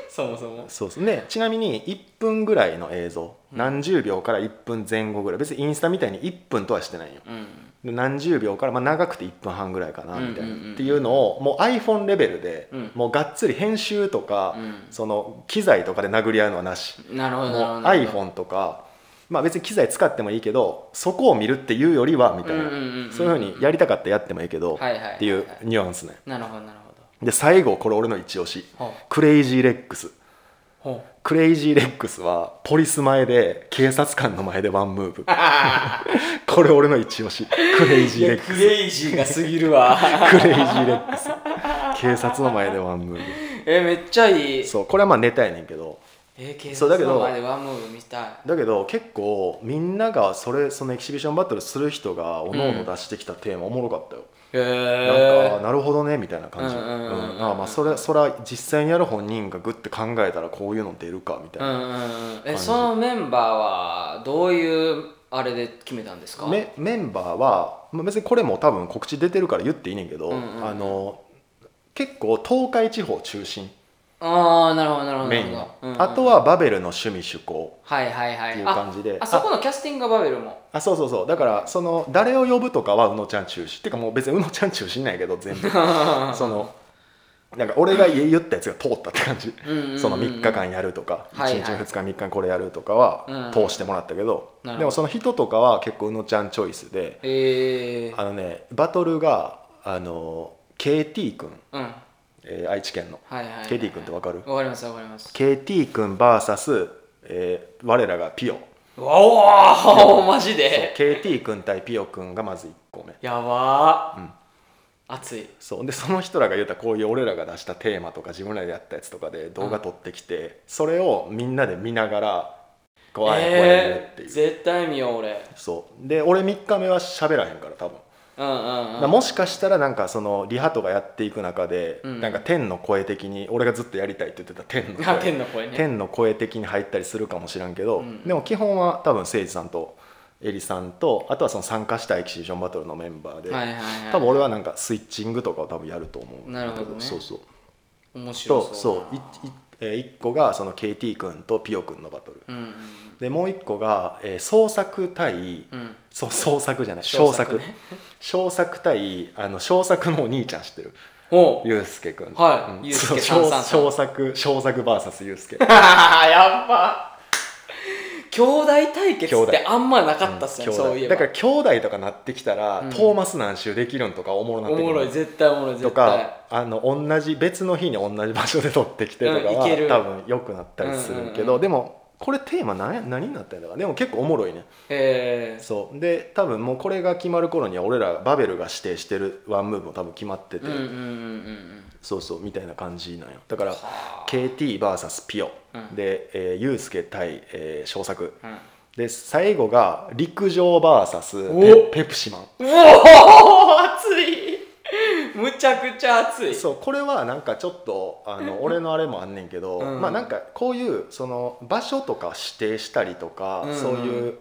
A: そもそも
B: そうですねちなみに1分ぐらいの映像
A: うん
B: 何十秒から1分前後ぐらい別にインスタみたいに1分とはしてないよ
A: うん
B: で何十秒から、まあ、長くて1分半ぐらいかなみたいな、
A: うんうんうん
B: っていうのをもう iPhone レベルで、
A: うん
B: もうがっつり編集とか、
A: うん
B: その機材とかで殴り合うのはなし、
A: なるほどなる
B: も
A: ほ
B: う
A: ど
B: iPhone とか、まあ、別に機材使ってもいいけどそこを見るっていうよりはみたいな、
A: うんうんうんうん
B: そういうふうにやりたかったらやってもいいけど、
A: はいはいはいはい
B: っていうニュアンスね
A: なるほどなるほど
B: で最後これ俺の一押し
A: ほう
B: クレイジーレックス
A: ほう
B: クレイジーレックスはポリス前で警察官の前でワンムーブ これ俺の一押しクレイジーレックス
A: クレイジーが過ぎるわ
B: クレイジーレックス警察の前でワンムー
A: えめっちゃいい
B: ブそうこれはまあネタやねんけど
A: え警
B: そうだけ
A: 察
B: ど
A: の前でワンムーブ見たい
B: だけど結構みんながそれそのエキシビションバトルする人がおのおの出してきたテーマおもろかったよ、
A: へえ
B: なんかなるほどねみたいな感じ、
A: うんうんうんうん
B: ああまあそれそれは実際にやる本人がグッて考えたらこういうの出るかみたい
A: うん
B: な、
A: うんうんえ
B: 感じ
A: そのメンバーはどういうあれで決めたんですか
B: メメンバーは、まあ、別にこれも多分告知出てるから言っていいねんけど、
A: うんうん
B: あの結構東海地方中心
A: ああなるほどなるほど
B: メインは、
A: なるほど
B: あとはバベルの趣味趣向
A: はいはいはい
B: っていう
A: あ
B: 感じで
A: あそこのキャスティングがバベルも
B: あそうそうそうだからその誰を呼ぶとかはうのちゃん中止っていうかもう別にうのちゃん中止なんやけど全 部そのなんか俺が言ったやつが通ったって感じ
A: うんうんうんうん
B: その3日間やるとか
A: はいはい
B: 1日2日3日これやるとか
A: う
B: は
A: ん
B: 通してもらったけど、
A: なるほど
B: でもその人とかは結構うのちゃんチョイスで
A: ええー、
B: あのねバトルがあの KT 君、
A: うんはい
B: えー愛知県の
A: はいはい、はい、
B: KT 君ってわかる
A: わかりますわかります
B: KT 君 VS、えー我らがピオ
A: おおマジ
B: そう
A: で
B: KT 君対ピオ君がまず1個目
A: やばー、
B: うん
A: 熱い
B: そうでその人らが言ったこういう俺らが出したテーマとか自分らでやったやつとかで動画撮ってきて、それをみんなで見ながらこうああやこうやる
A: え
B: って
A: ー、
B: いう、
A: 絶対見よう俺
B: そうで俺3日目は喋らへんから多分
A: うんうんうん
B: まあもしかしたらなんかそのリハとかやっていく中で、
A: うん
B: なんか天の声的に俺がずっとやりたいって言ってた天の
A: あ
B: 声
A: 天の声ね
B: 天の声的に入ったりするかもしらんけど、
A: うん
B: でも基本は多分誠司さんとえりさんとあとはその参加したエキシビションバトルのメンバーで、
A: はいはいはい
B: 多分俺はなんかスイッチングとかを多分やると思うんだけ
A: なるほどね
B: そうそう
A: 面白
B: と
A: そう
B: そういいえー1個がその KT 君とピヨ君のバトル、
A: うんうん
B: でもう1個が、えー創作対
A: うん
B: そう創作じゃない
A: 小
B: 小
A: 作
B: 作
A: ね
B: 小作対あの小作のお兄ちゃん知ってる
A: おう
B: ゆうすけくん
A: はい
B: うん
A: ゆうすけ
B: そう
A: 333
B: 小小作小作 VS ゆうすけ
A: やっぱ兄弟対決っ
B: 兄
A: て
B: 弟
A: あんまなかったっすよ
B: 兄
A: ね
B: 弟
A: そういえば
B: だから兄弟とかなってきたら、
A: うん
B: トーマス何周できるんとかおもろなって
A: お
B: くる
A: もろい絶対おもろい
B: と
A: 絶対
B: かあの同じ別の日に同じ場所で撮ってきてとか
A: うんい
B: は、
A: ける
B: 多分良くなったりするけど、
A: うんうんうん
B: でもこれテーマ何や何になったんだかでも結構おもろいね
A: ええ
B: そうで多分もうこれが決まる頃には俺らバベルが指定してるワンムーブも多分決まってて、
A: うんうんうんうん
B: そうそうみたいな感じなんよだから
A: はあ
B: KTVS ピオ、
A: うん
B: で、えー、ユースケ対、えー、小作
A: うん
B: で最後が陸上 VS
A: お
B: ペペプシマン
A: うおー熱いむちゃくちゃ熱い
B: そうこれはなんかちょっとあの俺のあれもあんねんけど、
A: うん
B: まあなんかこういうその場所とか指定したりとか、
A: うん
B: そういう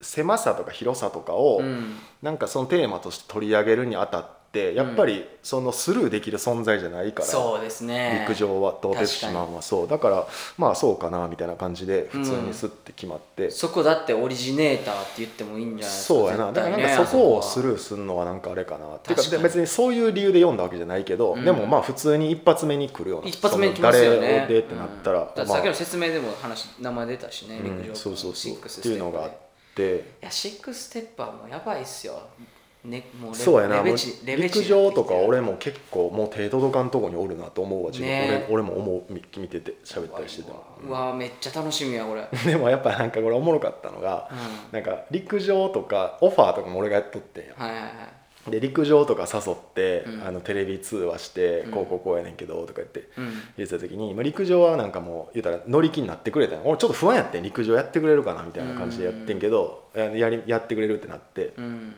B: 狭さとか広さとかを、
A: ん、
B: なんかそのテーマとして取り上げるにあたってやっぱりそのスルーできる存在じゃないから、
A: そうですね
B: 陸上はとペプシマンはそうだからまあそうかなみたいな感じで普通にスッて決まって、
A: そこだってオリジネーターって言ってもいいんじゃないですか
B: そうやな、だ
A: 絶
B: か
A: 対
B: ら
A: ね
B: なんかそこをス
A: あ
B: ルーするのはなんかあれかなっていうか
A: 確かに
B: で別にそういう理由で読んだわけじゃないけど、
A: うん
B: でもまあ普通に一発目に来るような
A: 一発目に来ますよ
B: その
A: ね
B: 誰でってなったら、
A: うんだって
B: ま
A: さっ
B: あ
A: きの説明でも話名前出たしね、陸
B: う
A: 上
B: ん、そうそう
A: シ
B: そう
A: ックス
B: っ
A: ス
B: て
A: テ
B: いう
A: ップ
B: のがあ
A: で
B: って
A: いやシックステップはもうやばいっすよねもうレ
B: そうやな
A: レ
B: も
A: ベ
B: う
A: チレベチ
B: 陸上とか俺も結構もう手届かんとこにおるなと思うわ自分、
A: ね
B: 俺俺も思うみ見てて喋ったりしてて
A: うわ
B: も、
A: うわめっちゃ楽しみやこれ、う ん、
B: でもやっぱなんかこれおもろかったのが、
A: は
B: なんか陸上とかオファーとかも俺がやっとってんや、
A: いはいはい
B: で陸上とか誘って、
A: うん
B: あのテレビ通話して「
A: うん
B: こうこうこうやねんけど」とか言って
A: うん
B: 言ってた時に、まあ、陸上はなんかもう言うたら乗り気になってくれたんよ俺ちょっと不安やってん陸上やってくれるかなみたいな感じでやってんけど、あのやりやってくれるってなって
A: うん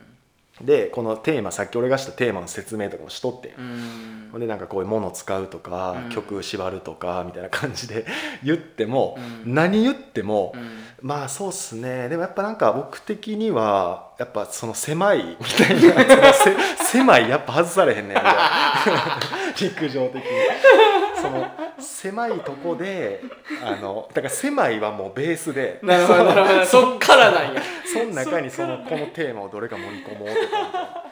B: でこのテーマさっき俺がしたテーマの説明とかもしとってん
A: うん
B: ほんでなんかこういうもの使うとか、
A: うん
B: 曲縛るとかみたいな感じで言っても、
A: うん
B: 何言っても、
A: うん
B: まあそうっすねでもやっぱなんか僕的にはやっぱその狭いみたいなそのせ 狭いやっぱ外されへんねんみたいな陸上的にその狭いとこであのだから狭いはもうベースで
A: なるほどなるほどそっからなん や
B: その中にそのこのテーマをどれか盛り込もうとかみたいな感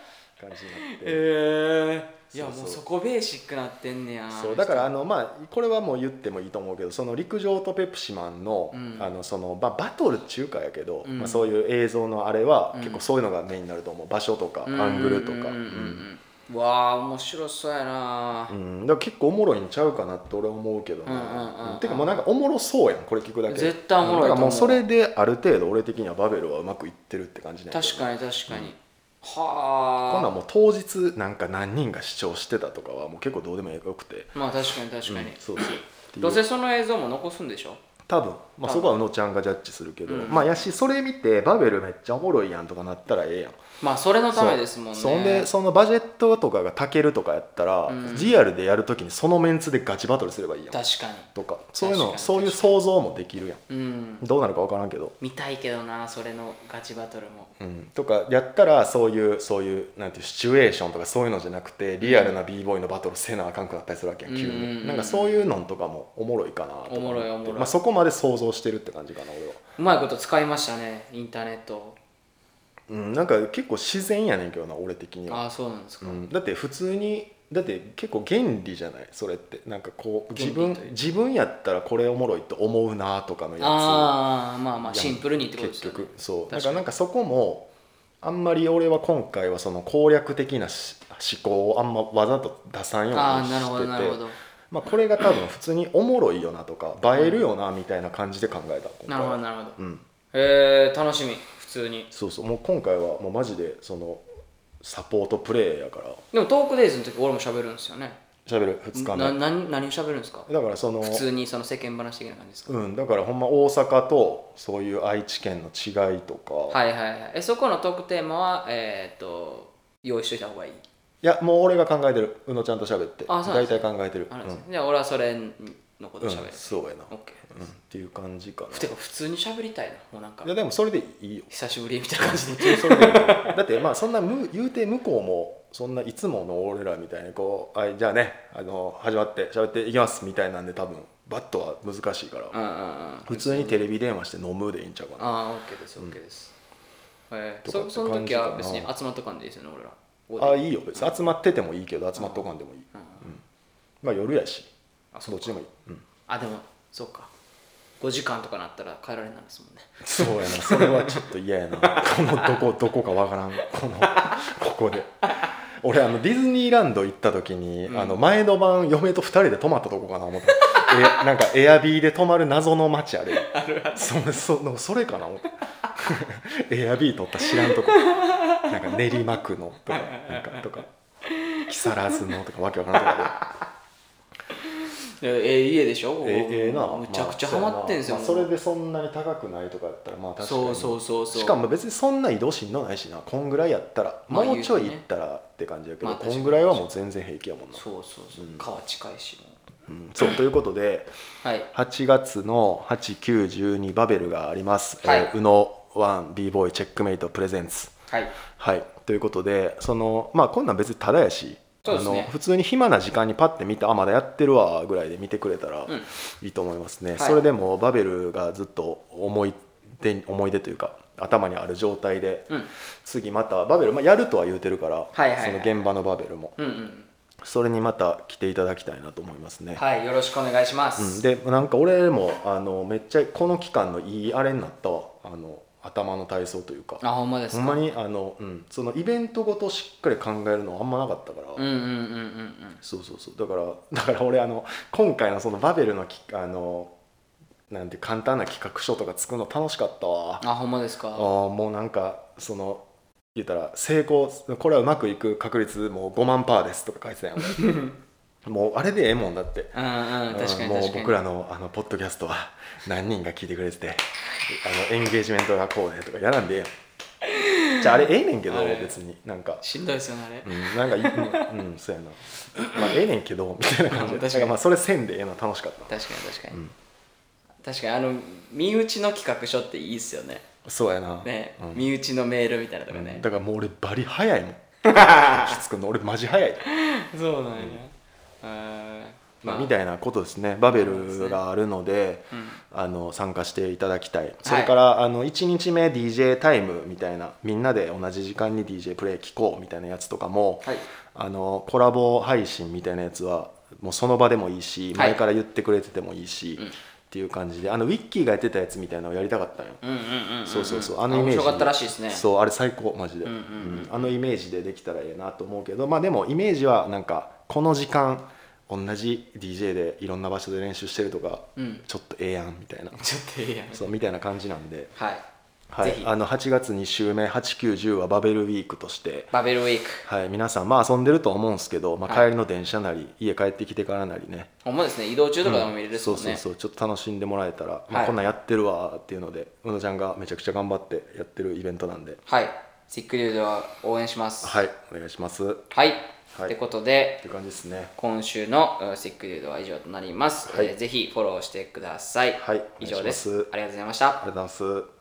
B: じになって。
A: ええいや
B: そうそう
A: もうそこベーシックなってんねや
B: そうだからあのまあこれはもう言ってもいいと思うけどその陸上とペプシマンの,、
A: うん
B: あのそのまあ、バトルっちゅうかやけど、
A: うん
B: まあ、そういう映像のあれは
A: うん
B: 結構そういうのがメインになると思う場所とか
A: うん
B: アングルと
A: うん
B: か。
A: うんうん
B: うん
A: うんうわあ面白そうやな
B: う、ん、だから結構おもろいんちゃうかなって俺は思うけどな、
A: うんうんうんうん
B: てかもうなんかおもろそうやんこれ聞くだけで
A: 絶対おもろいと思う
B: だからもうそれである程度俺的にはバベルはうまくいってるって感じなんやけど
A: 確かに確かに、
B: こんなん
A: はあ
B: もう当日なんか何人が視聴してたとかはもう結構どうでもよくて
A: まあ確かに確
B: う
A: かに
B: ん、そうそうっていう
A: どうせその映像も残すんでしょ
B: 多分、まあ、
A: 多分
B: そこは宇野ちゃんがジャッジするけど、
A: うん
B: まあやしそれ見てバベルめっちゃおもろいやんとかなったらええやん
A: まあそれのためですもんね
B: そうそんでそのバジェットとかがたけるとかやったら、
A: うん
B: リアルでやるときにそのメンツでガチバトルすればいいやん
A: 確か
B: とかそういうの
A: 確かに
B: そういう想像もできるやん
A: にうん
B: どうなるか分からんけど、
A: 見たいけどなそれのガチバトルも
B: うん、とかやったらそういうそういうなんていうシチュエーションとかそういうのじゃなくてリアルな b ボーイのバトルせなあかんくなったりするわけやん急に、
A: うんうんうん
B: なんかそういうのんとかもおもろいかなとか思って
A: おもろいおもろい
B: まあ、そこまで想像してるって感じかな俺は。
A: うまいこと使いましたねインターネットを
B: うん、なんか結構自然やねんけどな俺的には、
A: ああそうなんですか、
B: うん、だって普通にだって結構原理じゃないそれってなんかこう自分
A: 原理という
B: 自分やったらこれおもろいと思うなとかのやつ
A: ああまあまあ
B: やん
A: シンプルにってことです
B: 結
A: よ、ね
B: 局、そうだ
A: 確
B: か
A: からに
B: なんかそこもあんまり俺は今回はその攻略的なし思考をあんまわざと出さんよう
A: あ
B: に
A: あなるほどなる
B: し
A: ほ
B: てて
A: ど
B: まあこれが多分普通におもろいよなとか映えるよなみたいな感じで考えた今回
A: なるほど
B: は
A: なるほど
B: うん
A: えー、楽しみ普通に
B: そうそうもう今回はもうマジでそのサポートプレイやから
A: でもトークデイズの時俺も喋るんですよね
B: 喋る2日
A: な
B: 目
A: 何何を喋るんですか
B: だからその
A: 普通にその世間話的な感じですか、
B: うんだからほんま大阪とそういう愛知県の違いとか、
A: はいはいはいえそこのトークテーマはえっ、と用意しといた方がいい
B: いやもう俺が考えてる宇野ちゃんと喋って
A: あそうなん
B: 大
A: です
B: 体考えてる
A: あれですね
B: う、
A: じゃあ俺はそれのこと
B: ん、
A: 喋る、
B: うんそうやな、
A: オッケ
B: うん、っていう感じか
A: ーて
B: な
A: か普通に喋りたいなもうなんか
B: いやでもそれでいいよ
A: 久しぶりみたいな感 じで
B: 普通にそれでいいよだってまあそんなむ言うて向こうもそんないつもの俺らみたいにこう「はいじゃあねあの始まって喋っていきます」みたいなんで多分バットは難しいから、
A: うんうんうん
B: 普通にテレビ電話して飲むでいいんちゃうかな
A: ああオッケーですオッケーです、えー
B: とかっ
A: そ
B: て
A: その時は
B: 感じ
A: 別
B: かな
A: に集まっとかんでいいですよね俺ら
B: ああ
A: い、
B: いいよ別に集まっててもいいけど集まっとかんでもいい、
A: うん、
B: まあ夜やし
A: あそ
B: どっ
A: うか
B: ちでもいい、うん、
A: あでもそうか5時間とかなったら帰られないですもんね
B: そうやなそれはちょっと嫌やなこのどこどこかわからんこのここで俺あのディズニーランド行った時に、
A: うん
B: あの前の晩嫁と2人で泊まったとこかな思ったえなんかエアビーで泊まる謎の街あれ
A: あるある
B: そそなんかそれかな思った エアビー取った知らんとこなんか練馬区のとかなんかとか木更津のとかわけわからんと かで
A: ええ家でしょここ
B: ええええな
A: むちゃくちゃハマってんすよ、
B: まあそれでそんなに高くないとかやったらまあ確かに
A: そうそうそうそう
B: しかも別にそんな移動しんどないしなこんぐらいやったら、
A: まあ
B: もうちょい
A: 言う
B: 行
A: てね
B: ったらって感じやけど、
A: まあ確
B: こ
A: かに
B: んぐらいはもう全然平気やもんな
A: そうそうそう、
B: うん
A: 川近いしもう
B: うんそうということで
A: はい
B: 8月の8912バベルがあります、
A: はい
B: えー、宇野ワン b ボーイチェックメイトプレゼンツ
A: はい
B: はいということでそのまあこんなん別にただやし
A: そうですね
B: あの普通に暇な時間にパッて見てあまだやってるわぐらいで見てくれたら
A: うん
B: いいと思いますね、
A: い
B: それでもバベルがずっと思い出思い出というか頭にある状態で、
A: うん
B: 次またバベル、まあ、やるとは言うてるから、
A: はいはいはい
B: その現場のバベルも
A: うんうん
B: それにまた来ていただきたいなと思いますね、
A: はいよろしくお願いしま
B: うん、
A: す、
B: でなんか俺もあのめっちゃこの期間のいいあれになったわあの頭の体操というか
A: あほんまです
B: ほ
A: か
B: んまにあの、うん、そのイベントごとしっかり考えるのあんまなかったから、
A: うんうんうんうんうん
B: そうそうそうだからだから俺あの今回のそのバベルのきあのなんて簡単な企画書とか作るの楽しかったわあ
A: あほんまです
B: あ
A: か
B: ーもうなんかその言ったら成功これはうまくいく確率もう5万パーですとか書い てたやん俺もうあれでええもんだって
A: うんうん確かに確かに
B: うんもう僕らのあのポッドキャストは何人が聞いてくれててあのエンゲージメントがこうでとかやらんでええやんじゃああれええねんけど
A: あれ
B: 別になんか
A: しんどいですよねあれ、
B: うん、なんかいうん、 うん、そうやなまあええねんけ どみたいな感じ
A: うん確かに
B: でだからまあそれせんでええの楽しかった
A: 確かに確かに、
B: うん
A: 確かにあの身内の企画書っていいっすよね
B: そうやな
A: ね、
B: うん
A: 身内のメールみたいなとかね、
B: だからもう俺バリ早 いもん作るの俺マジ早い、
A: そうなんや、うん、
B: まあ、みたいなことですねバベルがあるので
A: うん
B: あの参加していただきたいそれから、あの1日目 DJ タイムみたいなみんなで同じ時間に DJ プレイ聞こうみたいなやつとかも、
A: はい
B: あのコラボ配信みたいなやつはもうその場でもいいし
A: はい
B: 前から言ってくれててもいいし、
A: うん
B: っていう感じであのウィッキーがやってたやつみたいなのをやりたかったんよ、
A: うんう んうんんん
B: そうそうそうあのイメー
A: 面
B: ジ
A: 白かったらしいですね
B: そうあれ最高マジで、
A: うんうんうん
B: うんあのイメージでできたらええなと思うけどまあでもイメージはなんかこの時間同じ DJ でいろんな場所で練習してるとか、
A: うん
B: ちょっとええやんみたいな
A: ちょっといいやん
B: そうみたいな感じなんで、
A: はい、
B: はい
A: ぜ、ひ
B: あの8月2週目8910はバベルウィークとして
A: バベルウィーク
B: はい、皆さん、まあ、遊んでると思うんですけど、ま
A: は
B: あ、
A: い
B: 帰りの電車なり、家帰ってきてからなりね、
A: ほんまですね移動中とかでも見れるっす
B: そ
A: も
B: うんそう
A: ね
B: そう、ちょっと楽しんでもらえたら、ま
A: は
B: あ、
A: い
B: こんなんやってるわーっていうので、うのちゃんがめちゃくちゃ頑張ってやってるイベントなんで、
A: はいシックリュウでは応援しますはい、
B: はい、お願いします。っはい
A: ってことで
B: ていう感じですね。
A: 今週のうんシックリュウでは以上となります、
B: はい
A: えーぜひフォローしてください、
B: はい
A: 以上です
B: お願いします
A: ありがとうございました
B: ありがとうございます。